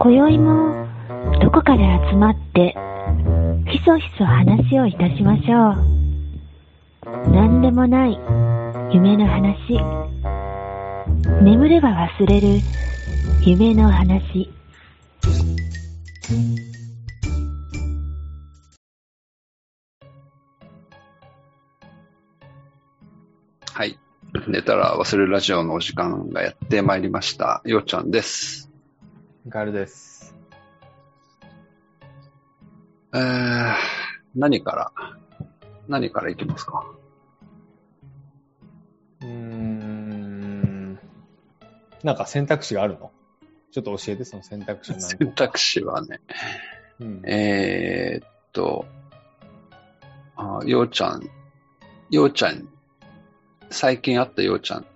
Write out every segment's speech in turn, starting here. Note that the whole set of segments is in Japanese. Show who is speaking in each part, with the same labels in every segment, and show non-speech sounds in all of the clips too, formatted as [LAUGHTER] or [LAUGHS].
Speaker 1: 今宵もどこかで集まってひそひそ話をいたしましょう何でもない夢の話眠れば忘れる夢の話
Speaker 2: はい。寝たら忘れるラジオのお時間がやってまいりました。ようちゃんです。
Speaker 3: ガールです。
Speaker 2: えー、何から、何からいきますか
Speaker 3: うーん。なんか選択肢があるのちょっと教えて、その選択肢なん [LAUGHS]
Speaker 2: 選択肢はね、
Speaker 3: うん。
Speaker 2: えー、っと、あようちゃん、ようちゃん、最近会ったようちゃん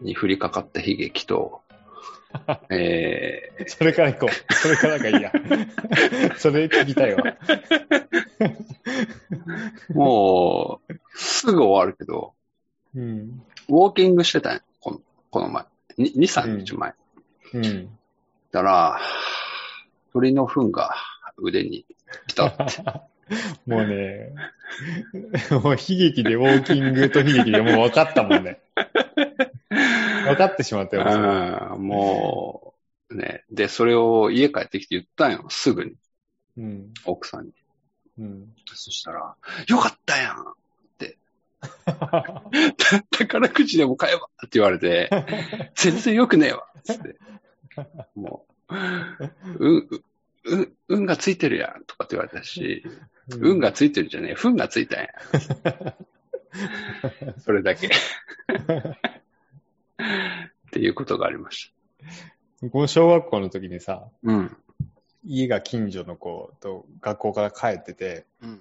Speaker 2: に降りかかった悲劇と、え
Speaker 3: それから行こう。それからがいい [LAUGHS] や。それ聞きたいわ。
Speaker 2: ー、もう、すぐ終わるけど、
Speaker 3: うん。
Speaker 2: ウォーキングしてたんよこの、この前。に2、3日前。
Speaker 3: うん。 [LAUGHS]
Speaker 2: ったら、鳥の糞が腕に来
Speaker 3: [LAUGHS]
Speaker 2: たって。
Speaker 3: もうね、もう悲劇でウォーキングと悲劇でもう分かったもんね。分かってしまったよ。それ
Speaker 2: うんもう、ね。で、それを家帰ってきて言ったんよ。すぐに、
Speaker 3: うん。
Speaker 2: 奥さんに。
Speaker 3: うん。
Speaker 2: そしたら、よかったやんた [LAUGHS] 宝くじでも買えばって言われて、全然良くねえわつって。もう、う、う、う運がついてるやんとかって言われたし、運がついてるじゃねえ、糞がついたんや。それだけ。っていうことがありました。
Speaker 3: この小学校の時にさ、
Speaker 2: うん。
Speaker 3: 家が近所の子と学校から帰ってて、
Speaker 2: うん。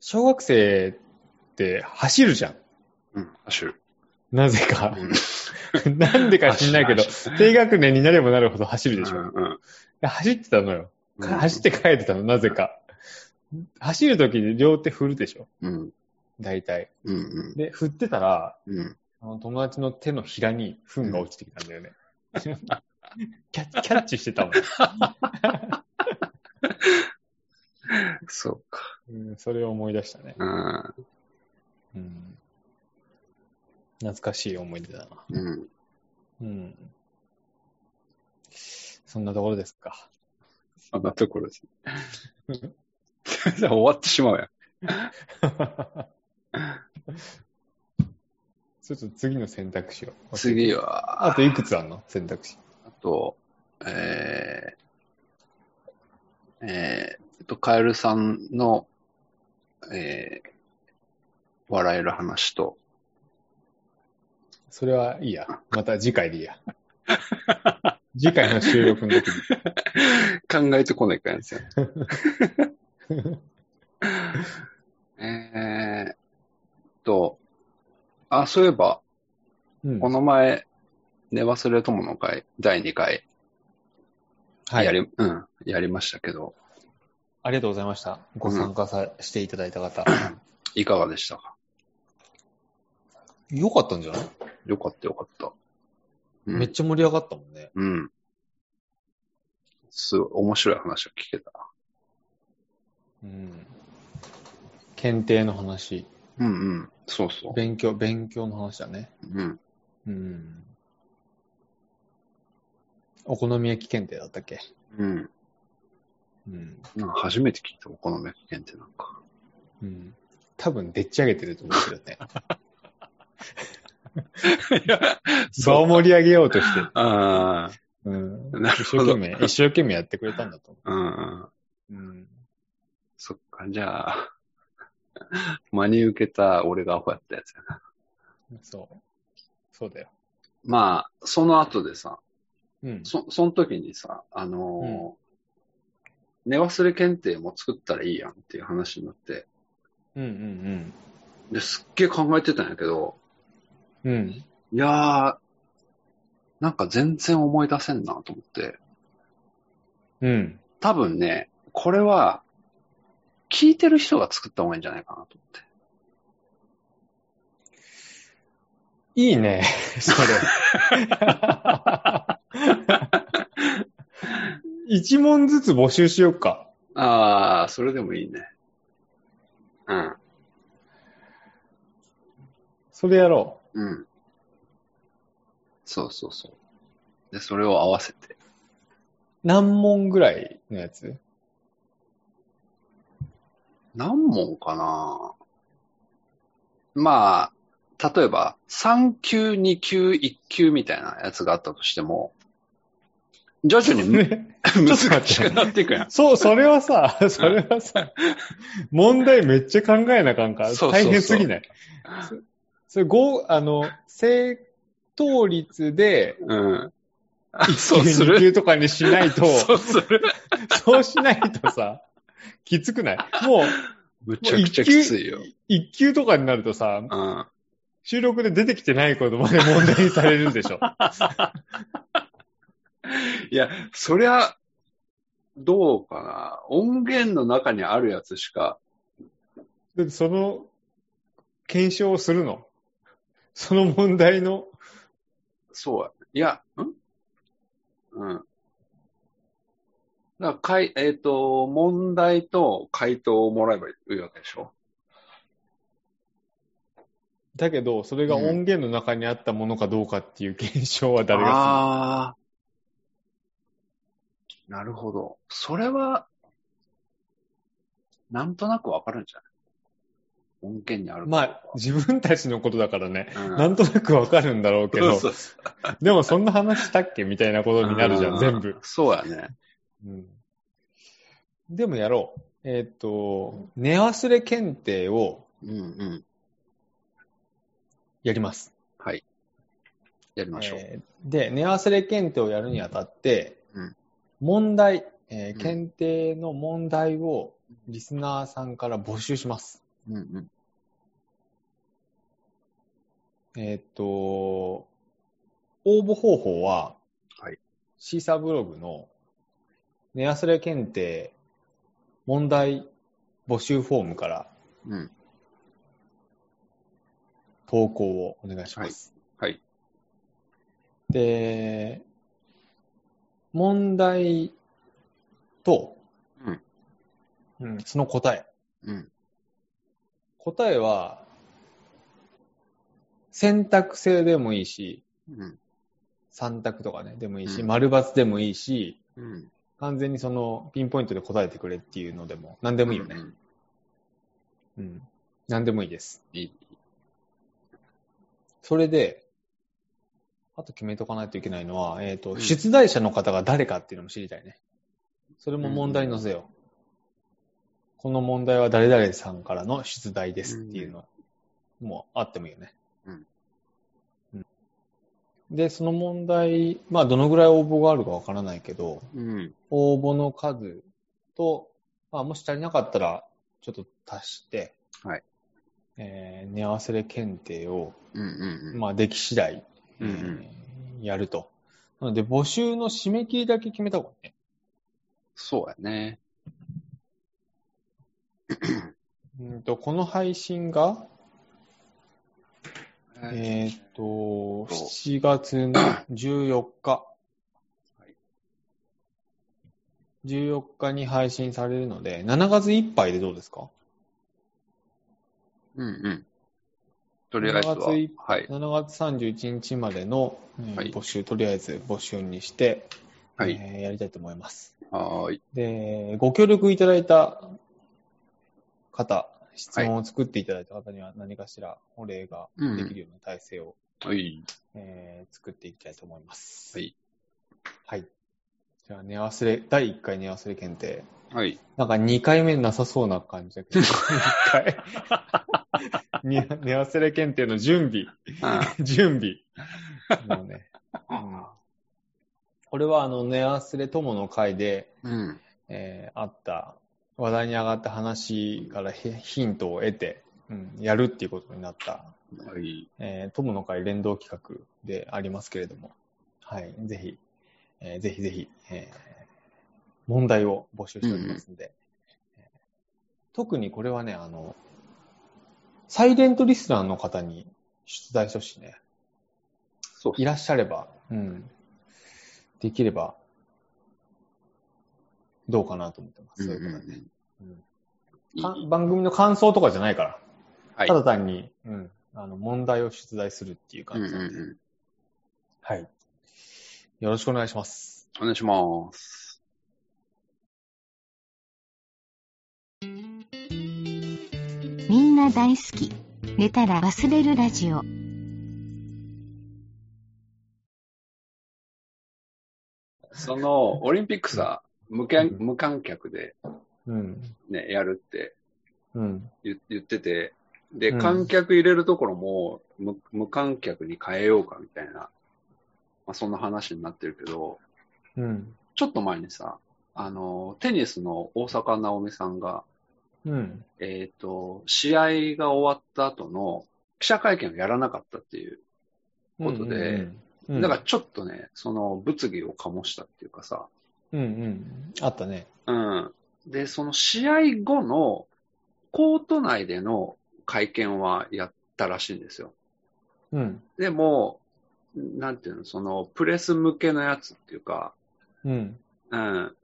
Speaker 3: 小学生って走るじゃん。
Speaker 2: うん。走る。
Speaker 3: なぜか。なんでか知んないけど、低学年になればなるほど走るでしょ。
Speaker 2: うん
Speaker 3: で走ってたのよ。
Speaker 2: うん。
Speaker 3: 走って帰ってたの、なぜか。走るときに両手振るでしょ。
Speaker 2: うん。
Speaker 3: 大体。
Speaker 2: うん。うん。
Speaker 3: で、振ってたら、
Speaker 2: うん。
Speaker 3: あの友達の手のひらに糞が落ちてきたんだよね。キャッキャッチしてたもん。
Speaker 2: そうか。
Speaker 3: うんそれを思い出したね。
Speaker 2: うん。
Speaker 3: うん懐かしい思い出だな。
Speaker 2: うん。
Speaker 3: うん。そんなところですか。
Speaker 2: そんなところです。 [LAUGHS] 終わってしまうやん。
Speaker 3: [LAUGHS] ちょっと次の選択肢を。
Speaker 2: 次は、
Speaker 3: あといくつあんの選択肢。
Speaker 2: あと、えー、えー、えっと、カエルさんの、えー、笑える話と、
Speaker 3: それはいいや。また次回でいいや。 [LAUGHS] 次回の収録の時に。
Speaker 2: 考えてこないかんや
Speaker 3: [LAUGHS]
Speaker 2: つや。えーっと、あ、そういえば、
Speaker 3: うん
Speaker 2: この前、寝忘れ友の会、第2回、
Speaker 3: はい。
Speaker 2: や
Speaker 3: あ
Speaker 2: り、
Speaker 3: り
Speaker 2: うん、やりましたけど、
Speaker 3: がとうございました。ご参加さ、していただいた方。
Speaker 2: いかがでしたか
Speaker 3: よかったんじゃない、
Speaker 2: よかったよかった。うん
Speaker 3: めっちゃ盛り上がったもんね。
Speaker 2: うん。すごい、面白い話を聞けた。
Speaker 3: うん。検定の話。
Speaker 2: うんうん。そうそ
Speaker 3: 勉強、勉強の話だね。
Speaker 2: う。うん。
Speaker 3: うん。お好み焼き検定だったっけ
Speaker 2: うん。
Speaker 3: うん。
Speaker 2: なんか初めて聞いたお好み焼き店ってなんか。
Speaker 3: うん。多分、でっち上げてると思うけどね。場を
Speaker 2: う。
Speaker 3: 盛り上げようとして。
Speaker 2: あ
Speaker 3: うん。
Speaker 2: なる
Speaker 3: 一
Speaker 2: ほ
Speaker 3: 生
Speaker 2: ど
Speaker 3: 懸命、一生懸命やってくれたんだと思
Speaker 2: あ、うん。
Speaker 3: う。うん。
Speaker 2: そっか、じゃあ、 [LAUGHS] 真に受けた俺がアホやったやつやな。
Speaker 3: そう。そうだよ。
Speaker 2: まあ、その後でさ、
Speaker 3: うん。
Speaker 2: そ、その時にさ、あのー寝忘れ検定も作ったらいいやんっていう話になって、
Speaker 3: うんうん
Speaker 2: で、すっげえ考えてたんやけど、
Speaker 3: うん。うん。
Speaker 2: いやー、なんか全然思い出せんなと思って。
Speaker 3: うん。
Speaker 2: 多分ね、これは、聞いてる人が作った方がいいんじゃないかなと思って。
Speaker 3: いい
Speaker 2: [LAUGHS]
Speaker 3: ね。それ。一問ずつ募集しようか。
Speaker 2: ああ、それでもいいね。うん。
Speaker 3: それやろ
Speaker 2: うん。そうそうそう。で、それを合わせて。
Speaker 3: う。何問ぐらいのやつ
Speaker 2: 何問かなまあ、例えば、3級、2級、1級みたいなやつがあったとしても、徐々に [LAUGHS] む
Speaker 3: ね。
Speaker 2: 難しくなっていくやん。
Speaker 3: そう、それはさ、それはさ、問題めっちゃ考えなあかんから、
Speaker 2: そうそうそう
Speaker 3: 大変すぎない。それ、ご、あの、正答率で、
Speaker 2: うん。あそ
Speaker 3: 1
Speaker 2: うす
Speaker 3: 級2
Speaker 2: る
Speaker 3: 級とかにしないと、
Speaker 2: そうする
Speaker 3: そうしないとさ、きつくないもう、
Speaker 2: むちゃくちゃきついよ。
Speaker 3: 1級とかになるとさ、
Speaker 2: うん。
Speaker 3: 収録で出てきてないことまで問題にされるでしょ。 [LAUGHS]
Speaker 2: いや、そりゃ、どうかな。音源の中にあるやつしか、
Speaker 3: でその、検証をするの。その問題の、
Speaker 2: そうや。いや、んうん。だからかい、えっ、と、問題と回答をもらえばいいわけでしょ
Speaker 3: だけど、それが音源の中にあったものかどうかっていう検証は誰が
Speaker 2: ああー。なるほど。それは、なんとなくわかるんじゃない音源にあ
Speaker 3: す
Speaker 2: る
Speaker 3: るのまあ、自分たちのことだからね、
Speaker 2: うん
Speaker 3: なんとなくわかるんだろうけど、
Speaker 2: そうそうそう
Speaker 3: でもそんな話したっけみたいなことになるじゃん、全部。。
Speaker 2: そうやね。
Speaker 3: うんでもやろう。えーっ、と、寝忘れ検定を
Speaker 2: うんうん。
Speaker 3: やります。
Speaker 2: やりましょう。
Speaker 3: えーで、寝忘れ検定をやるにあたって、
Speaker 2: うん
Speaker 3: 問題、えー
Speaker 2: うん
Speaker 3: 検定の問題をリスナーさんから募集します。
Speaker 2: うんうん。
Speaker 3: えーっと、応募方法は、
Speaker 2: はい
Speaker 3: シーサーブログの寝忘れ検定問題募集フォームから
Speaker 2: うん。
Speaker 3: 投稿をお願いします。
Speaker 2: はいはい
Speaker 3: で、問題と、
Speaker 2: うん
Speaker 3: うんその答え。
Speaker 2: うん。
Speaker 3: 答えは、選択制でもいいし、
Speaker 2: うん。
Speaker 3: 三択とかね、でもいいし、
Speaker 2: うん
Speaker 3: 丸×でもいいし、
Speaker 2: うん。
Speaker 3: 完全にそのピンポイントで答えてくれっていうのでも、何でもいいよね
Speaker 2: う。ん
Speaker 3: うん。何でもいいです。
Speaker 2: いい。
Speaker 3: それで、あと決めとかないといけないのは、えっ、と、
Speaker 2: うん
Speaker 3: 出題者の方が誰かっていうのも知りたいね。それも問題に載せよう。この問題は誰々さんからの出題ですっていうの、もうあってもいいよね。
Speaker 2: うん
Speaker 3: うん。で、その問題、まあ、どのぐらい応募があるかわからないけど、
Speaker 2: うん。
Speaker 3: 応募の数と、まあ、もし足りなかったら、ちょっと足して、
Speaker 2: はい。
Speaker 3: えー、寝合わせで検定を、
Speaker 2: うんうん
Speaker 3: まあ、でき次第、
Speaker 2: うんうん
Speaker 3: えーやると。なので、募集の締め切りだけ決めた方がいいね。
Speaker 2: そうやね。
Speaker 3: うんと、この配信が、
Speaker 2: え
Speaker 3: えーっと、7月の14日。14日に配信されるので、7月いっぱいでどうですか
Speaker 2: うんうん。とりあえずは、
Speaker 3: 7月い
Speaker 2: はい。
Speaker 3: 7月31日までの、えー
Speaker 2: はい
Speaker 3: 募集、とりあえず募集にして、
Speaker 2: はい
Speaker 3: えーやりたいと思います。
Speaker 2: はーい。
Speaker 3: で、ご協力いただいた方、質問を作っていただいた方には何かしらお礼が
Speaker 2: うん
Speaker 3: できるような体制を、
Speaker 2: はい。
Speaker 3: えー作っていきたいと思います。
Speaker 2: はい。
Speaker 3: はい。じゃあ、寝忘れ、第1回寝忘れ検定。
Speaker 2: はい。
Speaker 3: なんか2回目なさそうな感じだけど、1回。 [LAUGHS] に [LAUGHS] 寝忘れ検定の準備。
Speaker 2: あ
Speaker 3: [LAUGHS] 準備。もうね。これはあの、寝忘れ友の会で、
Speaker 2: うん。
Speaker 3: えーあった、話題に上がった話からヒヒントを得て、うん、やるっていうことになった、
Speaker 2: はい。
Speaker 3: えー友の会連動企画でありますけれども、はい、ぜひ、えーぜひぜひ、えー問題を募集しておりますので、えー特にこれはね、あの、サイレントリスナーの方に出題してほしいね。
Speaker 2: そう
Speaker 3: いらっしゃれば、うん、できれば、どうかなと思ってます。そういうことはね。
Speaker 2: うんうん
Speaker 3: うんか
Speaker 2: うんいい
Speaker 3: 番組の感想とかじゃないから。
Speaker 2: はい
Speaker 3: ただ単に、うん、あの、問題を出題するっていう感じ
Speaker 2: うん
Speaker 3: なん
Speaker 2: う
Speaker 3: で、
Speaker 2: んうん
Speaker 3: はい。よろしくお願いします。
Speaker 2: お願いします。
Speaker 4: みんな大好き。寝たら忘れるラジオ。
Speaker 2: その、オリンピックさ、無観無観客で
Speaker 3: うん。
Speaker 2: ね、やるって
Speaker 3: うん。
Speaker 2: 言言ってて、で、
Speaker 3: うん
Speaker 2: 観客入れるところも無無観客に変えようかみたいな、まあ、そんな話になってるけど、
Speaker 3: うん。
Speaker 2: ちょっと前にさ、あの、テニスの大坂なおみさんが、
Speaker 3: うん。
Speaker 2: えっ、と、試合が終わった後の記者会見をやらなかったっていう、ことで
Speaker 3: うん、うん
Speaker 2: だから、ちょっとね、その物議を醸したっていうかさ、
Speaker 3: うんうん。あったね。
Speaker 2: うん。で、その試合後のコート内での会見はやったらしいんですよ。
Speaker 3: うん。
Speaker 2: でも、なんていうの、そのプレス向けのやつっていうか、
Speaker 3: うん。
Speaker 2: うん、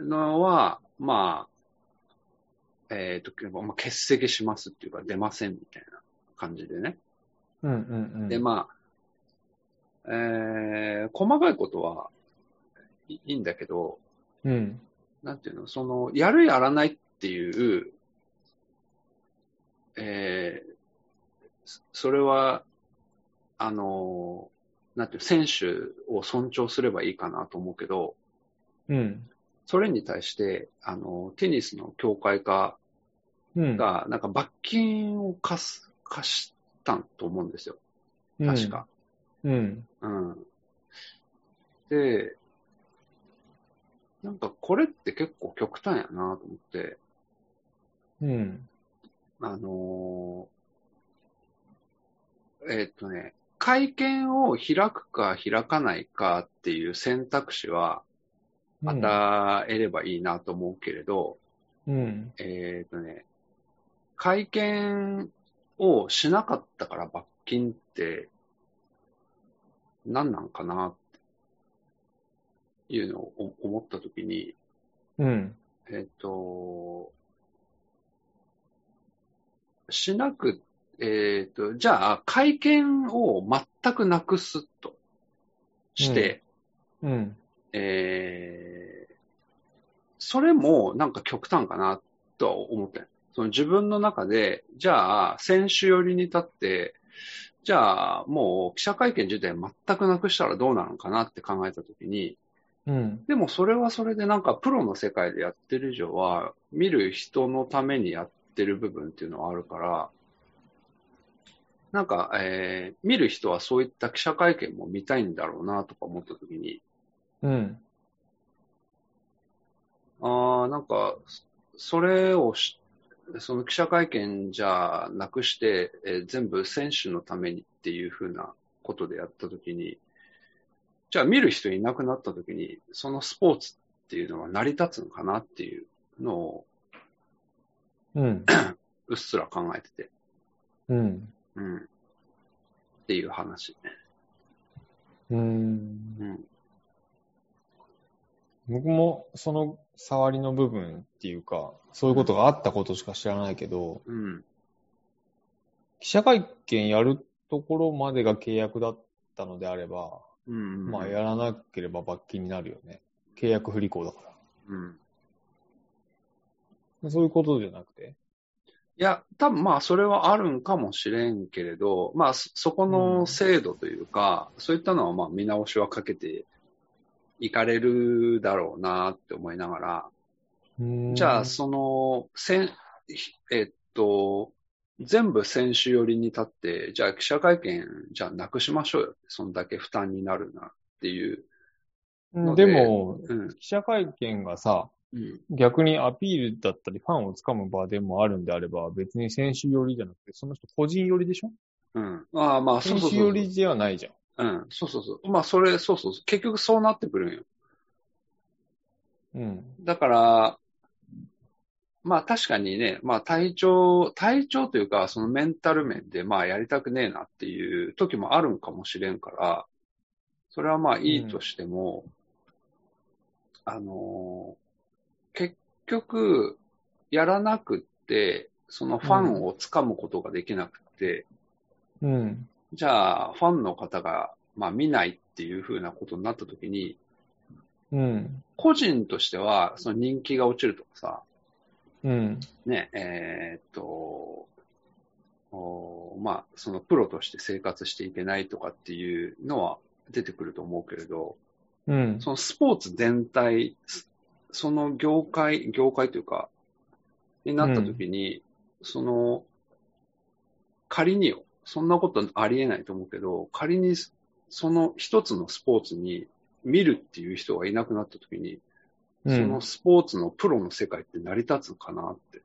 Speaker 2: のは、まあ、えっ、と、まあ欠席しますっていうか出ませんみたいな感じでね。
Speaker 3: うん。うん。うん
Speaker 2: で、まあ、えー、細かいことはいいいんだけど、
Speaker 3: うん。
Speaker 2: なんていうの、その、やるやらないっていう、えーそそれは、あのー、なんていう、選手を尊重すればいいかなと思うけど、
Speaker 3: うん。
Speaker 2: それに対して、あの、テニスの協会化
Speaker 3: うん。
Speaker 2: が、なんか罰金を課す、課したと思うんですよ。
Speaker 3: うん
Speaker 2: 確か。。
Speaker 3: うん。
Speaker 2: うん。で、なんかこれって結構極端やなと思って、
Speaker 3: うん。
Speaker 2: あのーえーっとね、会見を開くか開かないかっていう選択肢は
Speaker 3: うん。
Speaker 2: 与えればいいなと思うけれど、
Speaker 3: うん。
Speaker 2: えーっとね、会見をしなかったから罰金って何なんかなっていうのを思思ったときに、
Speaker 3: うん。
Speaker 2: えっと、しなく、えっと、じゃあ、会見を全くなくすとして、
Speaker 3: うん。
Speaker 2: えーそれもなんか極端かなとは思ったよその自分の中で、じゃあ、選手寄りに立って、じゃあ、もう記者会見自体全くなくしたらどうなのかなって考えたときに、
Speaker 3: うん。
Speaker 2: でもそれはそれでなんかプロの世界でやってる以上は、見る人のためにやってる部分っていうのはあるから、なんか、えー見る人はそういった記者会見も見たいんだろうなとか思った時に、
Speaker 3: うん。
Speaker 2: ああ、なんか、それをし、その記者会見じゃなくして、えー全部選手のためにっていうふうなことでやったときに、じゃあ見る人いなくなったときに、そのスポーツっていうのは成り立つのかなっていうのを
Speaker 3: うん。
Speaker 2: うっすら考えてて、
Speaker 3: うん。
Speaker 2: うん。っていう話ね。
Speaker 3: うん。
Speaker 2: うん。
Speaker 3: 僕もその触りの部分っていうか、そういうことがあったことしか知らないけど、
Speaker 2: うん。
Speaker 3: 記者会見やるところまでが契約だったのであれば、
Speaker 2: うん。
Speaker 3: まあやらなければ罰金になるよね。契約不履行だか
Speaker 2: うん。
Speaker 3: ら。そういうことじゃなくて。
Speaker 2: いや、多分まあ、それはあるんかもしれんけれど、まあ、そそこの制度というか、そういったのはまあ、見直しはかけていかれるだろうなって思いながら、じゃあ、その、せん、ひえっと、全部選手寄りに立って、じゃあ記者会見、じゃあなくしましょうよ。そんだけ負担になるなっていう。
Speaker 3: うんでも、
Speaker 2: うん。
Speaker 3: 記者会見がさ、
Speaker 2: うん。
Speaker 3: 逆にアピールだったり、ファンをつかむ場でもあるんであれば、別に選手寄りじゃなくて、その人個人寄りでしょ
Speaker 2: うん。ああ、まあ、そう
Speaker 3: 選
Speaker 2: そう
Speaker 3: 手
Speaker 2: そ
Speaker 3: 寄
Speaker 2: う。
Speaker 3: りではないじゃん。
Speaker 2: うん。そうそうそう。まあ、それ、そうそうそう。結局そうなってくるんよ。
Speaker 3: うん。
Speaker 2: だから、まあ確かにね、まあ体調、体調というか、そのメンタル面で、まあやりたくねえなっていう時もあるんかもしれんから、それはまあいいとしても、あの結局、やらなくって、そのファンをつかむことができなくて、
Speaker 3: うん。
Speaker 2: じゃあ、ファンの方が、まあ、見ないっていうふうなことになった時に、
Speaker 3: うん。
Speaker 2: 個人としては、その人気が落ちるとかさ、
Speaker 3: うん。
Speaker 2: ね、えーっと、おーまあ、そのプロとして生活していけないとかっていうのは出てくると思うけれど、
Speaker 3: うん。
Speaker 2: そのスポーツ全体、すその業界、業界というか、になった時に、その、仮によ、そんなことありえないと思うけど、仮にそその一つのスポーツに見るっていう人がいなくなった時に、
Speaker 3: う
Speaker 2: そ
Speaker 3: ん
Speaker 2: のスポーツのプロの世界って成り立つのかなって、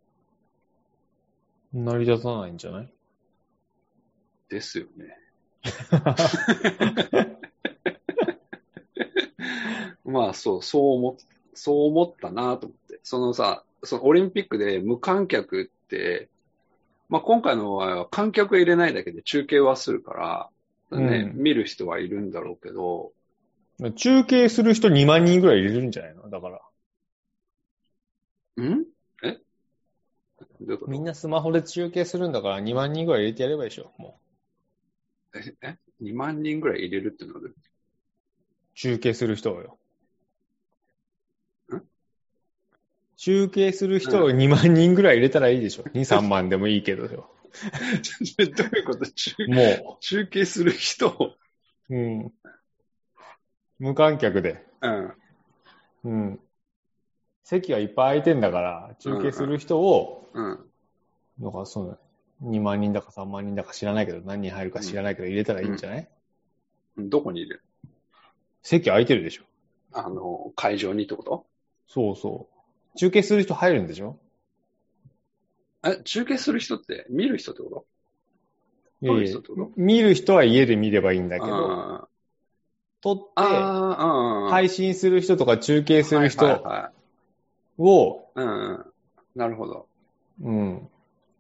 Speaker 3: 成り立たないんじゃない
Speaker 2: ですよ
Speaker 3: [LAUGHS]
Speaker 2: ね。まあそう、そう思っ、そう思ったなと思って。そのさ、そのオリンピックで無観客って、まあ今回の場合は観客入れないだけで中継はするから、ね、
Speaker 3: うん
Speaker 2: 見る人はいるんだろうけど、
Speaker 3: 中継する人2万人ぐらい入れるんじゃないのだから。
Speaker 2: んえどういうこと
Speaker 3: みんなスマホで中継するんだから2万人ぐらい入れてやればいいでしょ。も
Speaker 2: ええ ?2 万人ぐらい入れるってのはどういう [LAUGHS]
Speaker 3: う。中継する人をよ
Speaker 2: ん。
Speaker 3: 中継する人を2万人ぐらい入れたらいいでしょ。2、3万でもいいけどよ。
Speaker 2: ことどういうこと中
Speaker 3: も
Speaker 2: 中継する人を、
Speaker 3: う。うん。無観客で。
Speaker 2: うん。
Speaker 3: うん。席がいっぱい空いてんだから、中継する人を、
Speaker 2: うん。
Speaker 3: なんかその、2万人だか3万人だか知らないけど、何人入るか知らないけど入れたらいいんじゃない、
Speaker 2: どこにいる
Speaker 3: 席空いてるでしょ。
Speaker 2: あの、会場にってこと
Speaker 3: そうそう。中継する人入るんでしょ
Speaker 2: え、中継する人って見る人ってこと
Speaker 3: いや
Speaker 2: 撮
Speaker 3: い
Speaker 2: る
Speaker 3: や
Speaker 2: 人ってこと
Speaker 3: 見る人は家で見ればいいんだけど、
Speaker 2: あ
Speaker 3: 撮っ
Speaker 2: あ
Speaker 3: て、
Speaker 2: ああ、い。
Speaker 3: 配信する人とか中継する
Speaker 2: はい
Speaker 3: 人
Speaker 2: はいはい
Speaker 3: を、
Speaker 2: うんうん。なるほど。
Speaker 3: うん、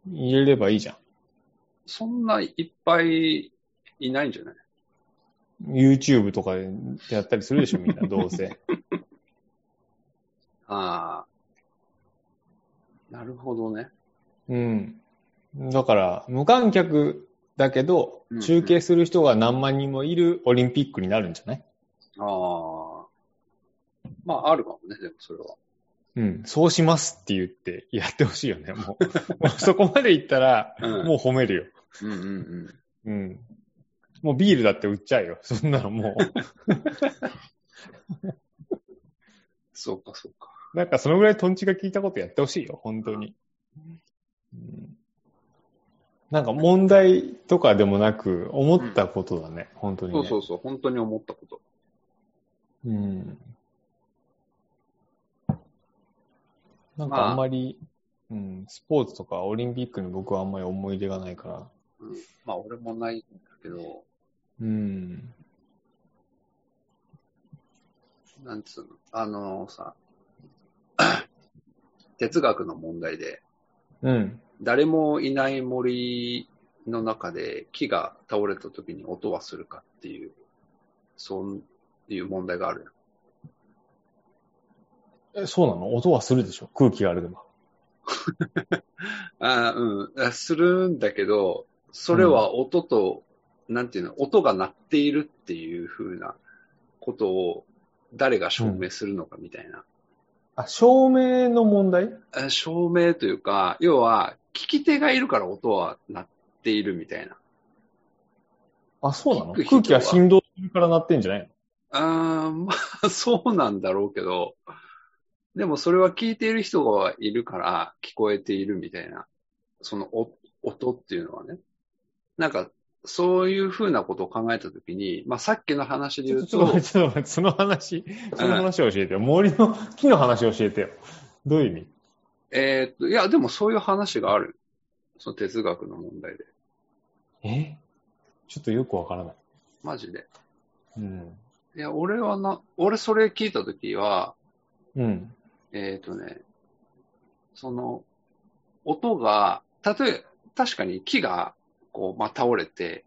Speaker 3: 入れればいいじゃ
Speaker 2: そんないっぱいいないんじゃない
Speaker 3: ん。YouTube とかでやったりするでし
Speaker 2: [LAUGHS]
Speaker 3: ょ、みんな、どうせ。
Speaker 2: ああ。なるほどね。
Speaker 3: うん。だから、無観客だけど
Speaker 2: うんう、ん
Speaker 3: 中継する人が何万人もいるオリンピックになるんじゃない
Speaker 2: ああ。まあ、あるかもね、でもそれは。
Speaker 3: うん、そうしますって言ってやってほしいよね、もう。もうそこまでいったら、
Speaker 2: うん
Speaker 3: もう褒めるよ。
Speaker 2: うんうんうん。
Speaker 3: うん。もうビールだって売っちゃうよ。そんなのもう。
Speaker 2: そうか、そうか。
Speaker 3: なんかそのぐらいトンチが効いたことやってほしいよ、本当に。うんなんか問題とかでもなく、思ったことだね、本当に、
Speaker 2: そ
Speaker 3: ね。
Speaker 2: うそうそう、本当に思ったこと。
Speaker 3: うん。な
Speaker 2: ま
Speaker 3: んか
Speaker 2: あ
Speaker 3: あんまり、うん、スポーツとかオリンピックに僕はあんまり思い出がないから。
Speaker 2: まあ、俺もないんだけど、
Speaker 3: うん。
Speaker 2: なんつうの、あのさ、 [COUGHS] 哲学の問題で、
Speaker 3: うん。
Speaker 2: 誰もいない森の中で木が倒れた時に音はするかっていう、そういう問題があるやん。
Speaker 3: え、そうなの音はするでしょ空気があるでも。
Speaker 2: あーうんあ。するんだけど、それは音と、なんていうの、音が鳴っているっていう風なことを誰が証明するのかみたいな。
Speaker 3: あ、照明の問題
Speaker 2: あ証明というか、要は、聞き手がいるから音は鳴っているみたいな。
Speaker 3: あ、そうなの
Speaker 2: 聞く人
Speaker 3: 空
Speaker 2: は
Speaker 3: 気が振動するから鳴ってんじゃないの
Speaker 2: あーまあ、そうなんだろうけど、でもそれは聞いている人がいるから聞こえているみたいな、そのお音っていうのはね。なんか、そういうふうなことを考えたときに、まあさっきの話で
Speaker 3: ち
Speaker 2: 言
Speaker 3: ょ
Speaker 2: う
Speaker 3: ちょっと
Speaker 2: と
Speaker 3: 待っ、て、ちょっと待って、その話、その話を教えてよ。森の木の話を教えてよ。どういう意味
Speaker 2: えーっと、いや、でもそういう話がある。その哲学の問題で。
Speaker 3: えちょっとよくわからない。
Speaker 2: マジで。
Speaker 3: うん。
Speaker 2: いや、俺はな、俺それ聞いたときは、
Speaker 3: うん。
Speaker 2: えっ、とね、その、音が、例え、確かに木が、こう、まあ、倒れて、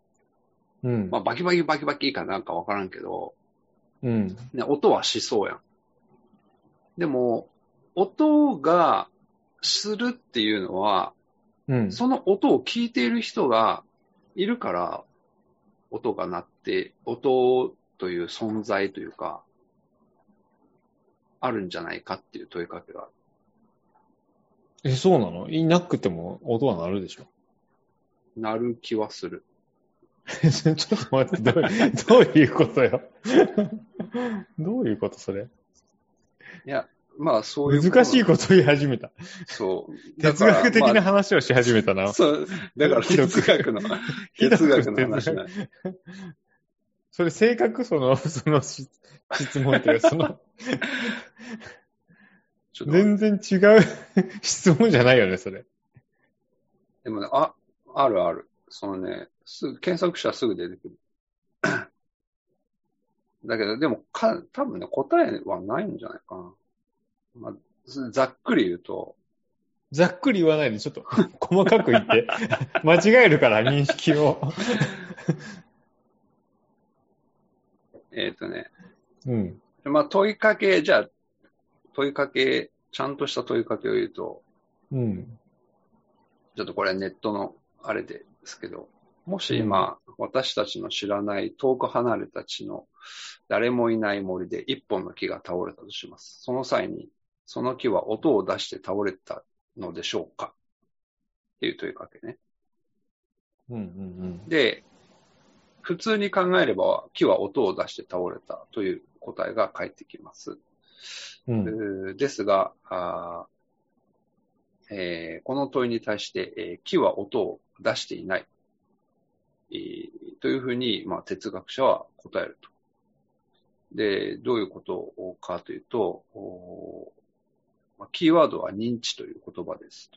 Speaker 3: うん。
Speaker 2: まあ、バキバキバキバキかなんかわからんけど、
Speaker 3: うん。
Speaker 2: ね、音はしそうやん。でも、音がするっていうのは、
Speaker 3: うん。
Speaker 2: その音を聞いている人がいるから、音が鳴って、音という存在というか、あるんじゃないかっていう問いかけがある。
Speaker 3: え、そうなのいなくても音は鳴るでしょ
Speaker 2: なる気はする。
Speaker 3: [LAUGHS] ちょっと待って、どういうどういうことよ。どういうことそれ
Speaker 2: いや、まあそういう。
Speaker 3: 難しいこと言い始めた。
Speaker 2: そう。だ
Speaker 3: 哲
Speaker 2: から
Speaker 3: 学的
Speaker 2: ま
Speaker 3: な
Speaker 2: あ
Speaker 3: 話をし始めたな。
Speaker 2: そう。だから
Speaker 3: ひど
Speaker 2: 哲
Speaker 3: く [LAUGHS]
Speaker 2: 学の、
Speaker 3: ひど
Speaker 2: 哲
Speaker 3: く
Speaker 2: 学の話なんです
Speaker 3: それ性格その、 [LAUGHS] そのし質問というか、その、
Speaker 2: ちょっと
Speaker 3: 全然違う [LAUGHS] 質問じゃないよね、それ。
Speaker 2: でもね、あ、あるある。そのね、すぐ、検索したらすぐ出てくる。 [COUGHS] だけど、でも、か、多分ね、答えはないんじゃないかな。まあ、ずざっくり言うと、
Speaker 3: ざっくり言わないで、ちょ [LAUGHS] っと細かく言 [LAUGHS] って。間違えるから、認識を。
Speaker 2: えっ、とね、
Speaker 3: うん。
Speaker 2: まあ、問いかけ、じゃあ、問いかけ、ちゃんとした問いかけを言うと、
Speaker 3: うん。
Speaker 2: ちょっとこれはネットのあれですけど、もし今、私たちの知らない遠く離れた地の誰もいない森で一本の木が倒れたとします。その際に、その木は音を出して倒れたのでしょうかっていう問いかけね。
Speaker 3: うんうん
Speaker 2: で、普通に考えれば木は音を出して倒れたという答えが返ってきます。
Speaker 3: うん。うん。
Speaker 2: うーですが、あーえーこの問いに対して、えー木は音を出していない、えーというふうに、まあ、哲学者は答えると。で、どういうことかというと、おーまあキーワードは認知という言葉です。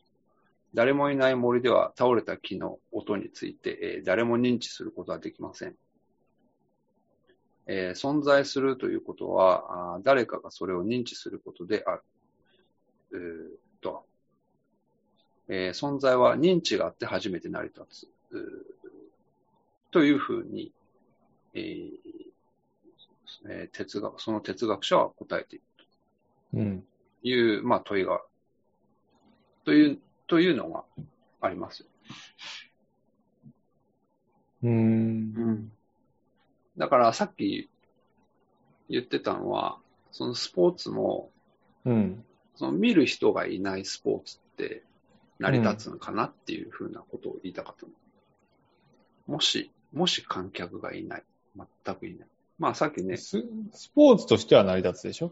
Speaker 2: 誰もいない森では倒れた木の音について、えー誰も認知することはできません。えー存在するということは、あー誰かがそれを認知することである。うーと、えー存在は認知があって初めて成り立つ。うーというふうに、えーえー哲学、その哲学者は答えている
Speaker 3: うん。
Speaker 2: という、まあ、問いがある。という、というのがあります。
Speaker 3: うん。
Speaker 2: だからさっき言ってたのは、そのスポーツも、
Speaker 3: うん。
Speaker 2: その見る人がいないスポーツって成り立つのかなっていうふうなことを言いたかったの、もし、もし観客がいない。全くいない。まあさっきね、
Speaker 3: ススポーツとしては成り立つでしょ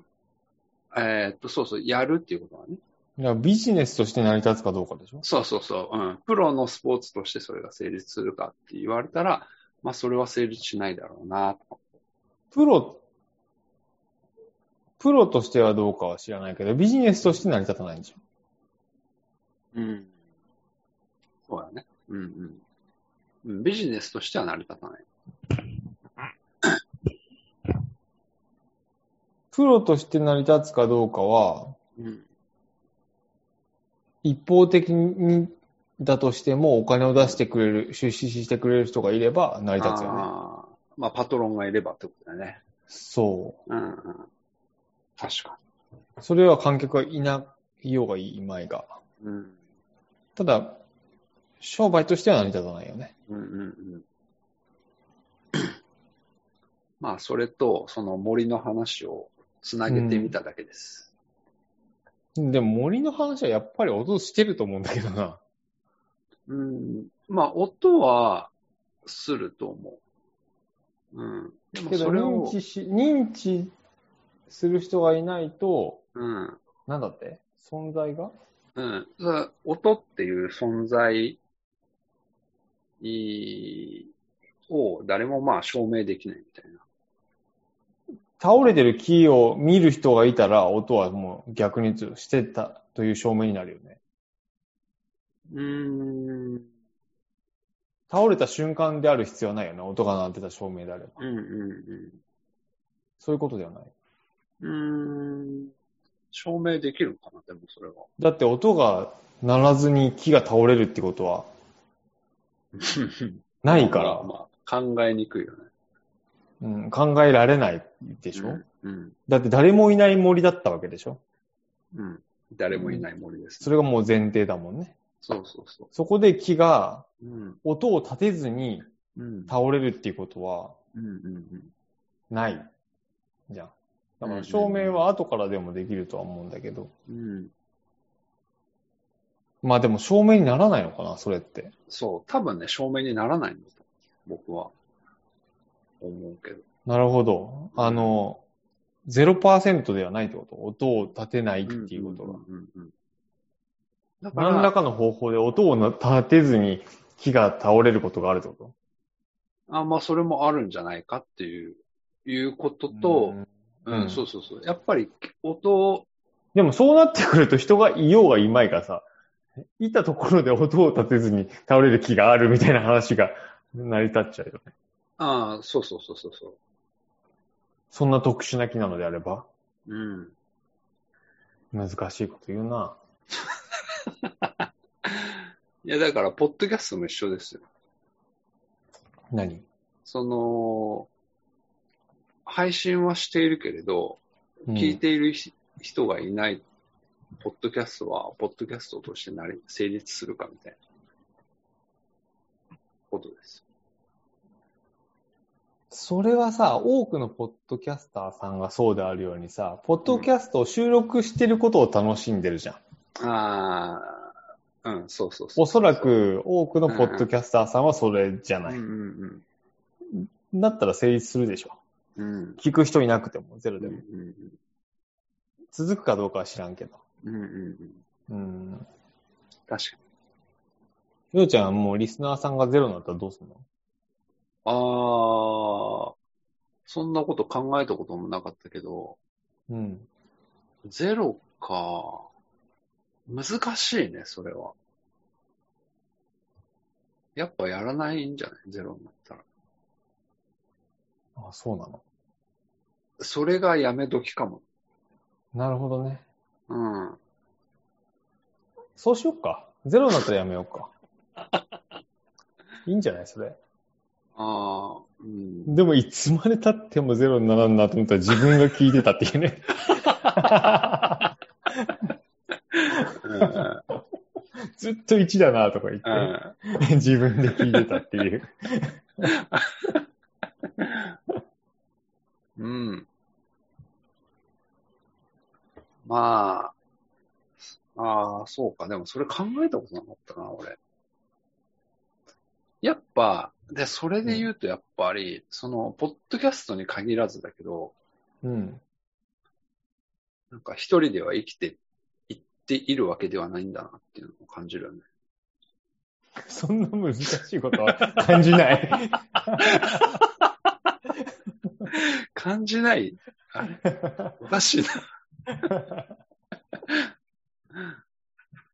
Speaker 2: えーっと、そうそう、やるっていうことはね。
Speaker 3: だからビジネスとして成り立つかどうかでしょ
Speaker 2: そうそうそう、うん。プロのスポーツとしてそれが成立するかって言われたら、まあそれは成立しないだろうな、と。
Speaker 3: プロ、プロとしてはどうかは知らないけど、ビジネスとして成り立たないんでしょ
Speaker 2: うん。そうだね。うんうんうん。ビジネスとしては成り立たない。
Speaker 3: プロとして成り立つかどうかは、
Speaker 2: うん。
Speaker 3: 一方的にだとしてもお金を出してくれる、出資してくれる人がいれば成り立つよね。
Speaker 2: あーまあパトロンがいればってことだね。
Speaker 3: そ
Speaker 2: うんうん。確か
Speaker 3: う。それは観客がいないようがいい、まいが。
Speaker 2: に。うん。
Speaker 3: ただ、商売としては成り立たないよね。
Speaker 2: うんうんうん。 [COUGHS] まあ、それと、その森の話をつなげてみただけです。
Speaker 3: でも森の話はやっぱり音してると思うんだけどな。
Speaker 2: うん。まあ、音はすると思う。うん。でも
Speaker 3: けど
Speaker 2: それを
Speaker 3: 認、知し、認知する人がいないと、
Speaker 2: うん。
Speaker 3: なんだって存在が
Speaker 2: うん。それ音っていう存在いを誰もまあ証明できないみたいな。
Speaker 3: 倒れてる木を見る人がいたら、音はもう逆にしてたという証明になるよね。
Speaker 2: うーん。
Speaker 3: 倒れた瞬間である必要はないよね。音が鳴ってた証明であれば。
Speaker 2: うんうんうん。
Speaker 3: そういうことではない。
Speaker 2: うーん。証明できるかな、でもそれは。
Speaker 3: だって音が鳴らずに木が倒れるってこ
Speaker 2: [LAUGHS]
Speaker 3: とはないか
Speaker 2: ま
Speaker 3: ら
Speaker 2: あ、まあ、考えにくいよね。
Speaker 3: うん、考えられないで
Speaker 2: で
Speaker 3: しょ、
Speaker 2: うん。
Speaker 3: だって誰もいない森だったわけでしょ
Speaker 2: うん。誰もいない森です、
Speaker 3: それがもう前提だもんね。
Speaker 2: そうそうそ
Speaker 3: そこで木が
Speaker 2: う。うん。
Speaker 3: 音を立てずに
Speaker 2: うん。
Speaker 3: 倒れるっていうことは
Speaker 2: うんうん
Speaker 3: ない。じゃん。だか
Speaker 2: うん
Speaker 3: ら照明は後からでもできるとは思うんだけど。
Speaker 2: うん。うん。
Speaker 3: まあでも照明にならないのかな、それって。
Speaker 2: そう。多分ね、証明にならないんだと。僕は。思うけど。
Speaker 3: なるほど。あの、0%ではないってこと音を立てないっていうことが。
Speaker 2: んうんうんうんだから、
Speaker 3: 何らかの方法で音をな立てずに木が倒れることがあるってこと
Speaker 2: あまあ、それもあるんじゃないかっていう、いうことと、うん、
Speaker 3: うん
Speaker 2: そうそうそう。やっぱり、音を、
Speaker 3: でもそうなってくると人がいようがいまいがさ、いたところで音を立てずに倒れる木があるみたいな話が成り立っちゃうよね。
Speaker 2: ああ、そうそうそうそうそ
Speaker 3: そんな特殊な木なのであれば、
Speaker 2: う。うん。
Speaker 3: 難しいこと言うな。
Speaker 2: いや、だから、ポッドキャストも一緒ですよ。
Speaker 3: 何
Speaker 2: その、配信はしているけれど、
Speaker 3: うん
Speaker 2: 聞いているひ人がいない、ポッドキャストは、ポッドキャストとしてなり成立するかみたいなことです。
Speaker 3: それはさ、多くのポッドキャスターさんがそうであるようにさ、ポッドキャストを収録してることを楽しんでるじゃん。
Speaker 2: ああ、うん、そうそうそう。
Speaker 3: おそら、く多くのポッドキャスターさんはそれじゃ
Speaker 2: う
Speaker 3: なんい。
Speaker 2: うん
Speaker 3: だったら成立するでしょ。
Speaker 2: うん。うん。
Speaker 3: 聞く人いなくても、ゼロ
Speaker 2: うん
Speaker 3: で
Speaker 2: うん
Speaker 3: も。
Speaker 2: うん
Speaker 3: 続くかどうかは知らんけど。
Speaker 2: うんうんうん。
Speaker 3: うん。
Speaker 2: 確かに。
Speaker 3: ようちゃんはもうリスナーさんがゼロになったらどうすんの
Speaker 2: ああ、そんなこと考えたこともなかったけど、
Speaker 3: うん。
Speaker 2: ゼロか。難しいね、それは。やっぱやらないんじゃないゼロになったら。
Speaker 3: あ、そうなの。
Speaker 2: それがやめ時かも。
Speaker 3: なるほどね。
Speaker 2: うん。
Speaker 3: そうしよっか。ゼロになったらやめようか。いいんじゃないそれ。
Speaker 2: ああ、うん。
Speaker 3: [LAUGHS] でも、いつまで経ってもゼロにならんなと思ったら自分が聞いてたっていうね。
Speaker 2: うん
Speaker 3: ずっと1だなとか言
Speaker 2: う
Speaker 3: っ
Speaker 2: ん
Speaker 3: て、自分で聞いてたっ
Speaker 2: [LAUGHS]
Speaker 3: ていう。
Speaker 2: うん。まあ、ああ、そうか。でもそれ考えたことなかったな、俺。やっぱ、で、それで言うとやっぱり、その、ポッドキャストに限らずだけど、
Speaker 3: うん。
Speaker 2: なんか一人では生きていっているわけではないんだなっていうのを感じるよね。
Speaker 3: そんな難しいことは感
Speaker 2: [LAUGHS]
Speaker 3: じない。
Speaker 2: 感じないあれおかしいな。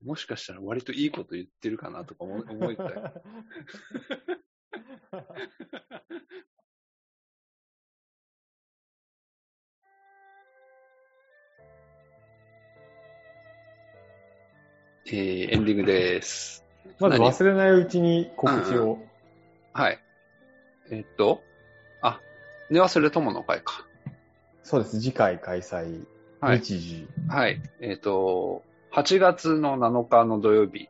Speaker 2: もしかしたら割といいこと言ってるかなとか思い思い
Speaker 3: [LAUGHS]
Speaker 2: たい。えーエンディングです。
Speaker 3: まず忘れないうちに告知を。
Speaker 2: はい。えっと、あ、寝忘れ友の会か。
Speaker 3: そうです。次回開催。
Speaker 2: はい
Speaker 3: 日時。
Speaker 2: はい。えっ、と、8月の7日の土曜日。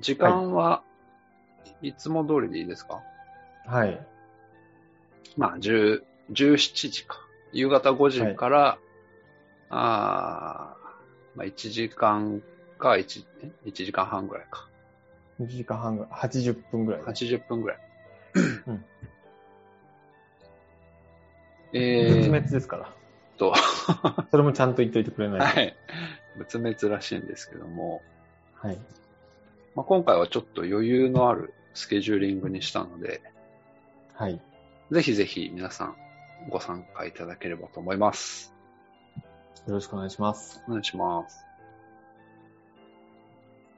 Speaker 2: 時間はいつも通りでいいですか、
Speaker 3: はい。
Speaker 2: まあ、10 17時か。夕方5時から、あーまあ、1時間か1、え1時間半ぐらいか。
Speaker 3: 1時間半ぐらい。80分ぐらいね。
Speaker 2: 80分ぐらい。
Speaker 3: うん
Speaker 2: え
Speaker 3: 絶
Speaker 2: ーっ
Speaker 3: 滅ですから。
Speaker 2: と、
Speaker 3: [LAUGHS] それもちゃんと言っといてくれないと。
Speaker 2: はい。仏滅らしいんですけども、
Speaker 3: はい。
Speaker 2: まあ、今回はちょっと余裕のあるスケジューリングにしたので、
Speaker 3: はい。
Speaker 2: ぜひぜひ皆さんご参加いただければと思います。
Speaker 3: よろしくお願いします。
Speaker 2: お願いします。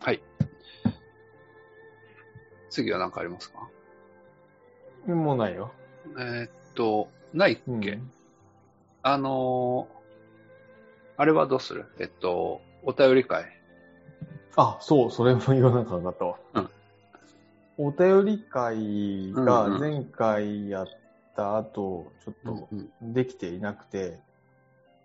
Speaker 2: はい。次は何かありますか
Speaker 3: もうないよ。
Speaker 2: えーっと、ないっけ、
Speaker 3: うん。
Speaker 2: あのーあれはどうするえっと、お便り会。
Speaker 3: あ、そう、それも言わなかったわ。
Speaker 2: うん
Speaker 3: お便り会
Speaker 2: うんう
Speaker 3: が
Speaker 2: ん
Speaker 3: 前回やった後、ちょっと
Speaker 2: うん
Speaker 3: できていなくて、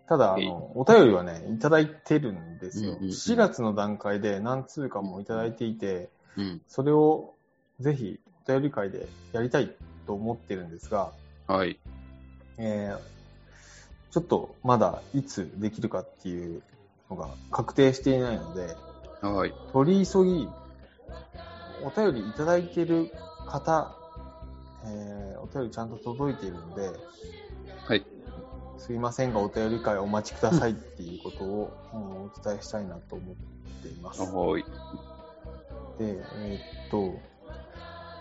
Speaker 3: ただ、あの、お便りはね、いただいてるんですよ。
Speaker 2: うんうんうん
Speaker 3: 4月の段階で何通かもいただいていて、
Speaker 2: うん。
Speaker 3: それをぜひお便り会でやりたいと思ってるんですが、
Speaker 2: はい。
Speaker 3: えーちょっとまだいつできるかっていうのが確定していないので、
Speaker 2: はい。
Speaker 3: 取り急ぎ、お便りいただいてる方、えーお便りちゃんと届いているので、
Speaker 2: はい。
Speaker 3: すいませんがお便り会お待ちくださいっていうことを、うんお伝えしたいなと思っています。
Speaker 2: はい。
Speaker 3: で、えーっと、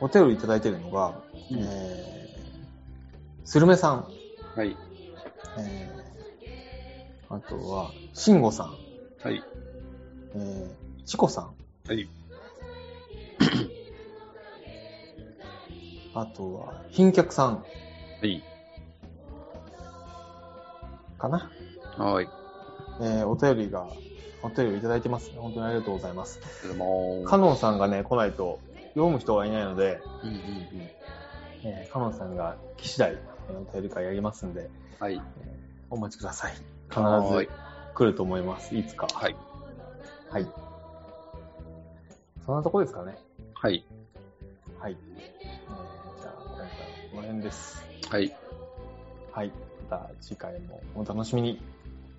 Speaker 3: お便りいただいてるのが、
Speaker 2: うん
Speaker 3: えー、スルメさん、
Speaker 2: はい。
Speaker 3: えー、あとは、しんごさん、
Speaker 2: はい。
Speaker 3: えー、チコさん、
Speaker 2: はい。
Speaker 3: あとは、賓客さん
Speaker 2: はい。
Speaker 3: かな、
Speaker 2: はい。
Speaker 3: えー、お便りが、お便りをいただいてます。本当にありがとうございます。
Speaker 2: どうも
Speaker 3: カノンさんがね、来ないと読む人がいないので、
Speaker 2: うんうんうん。
Speaker 3: えー、カノンさんが来次第、えーお便り会やりますんで、
Speaker 2: はい。
Speaker 3: お待ちください。必
Speaker 2: は
Speaker 3: ず
Speaker 2: い
Speaker 3: 来ると思います。いつか。
Speaker 2: はい。
Speaker 3: はい。そんなとこですかね。
Speaker 2: はい。
Speaker 3: はい。えー、じゃあ、今回はこの辺です。
Speaker 2: はい。
Speaker 3: はい。また次回もお楽しみに。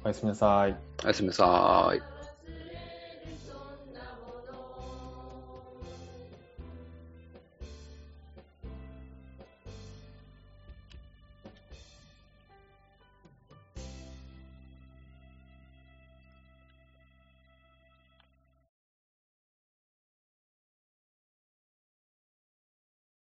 Speaker 3: おやすみなさい。
Speaker 2: おやすみなさーい。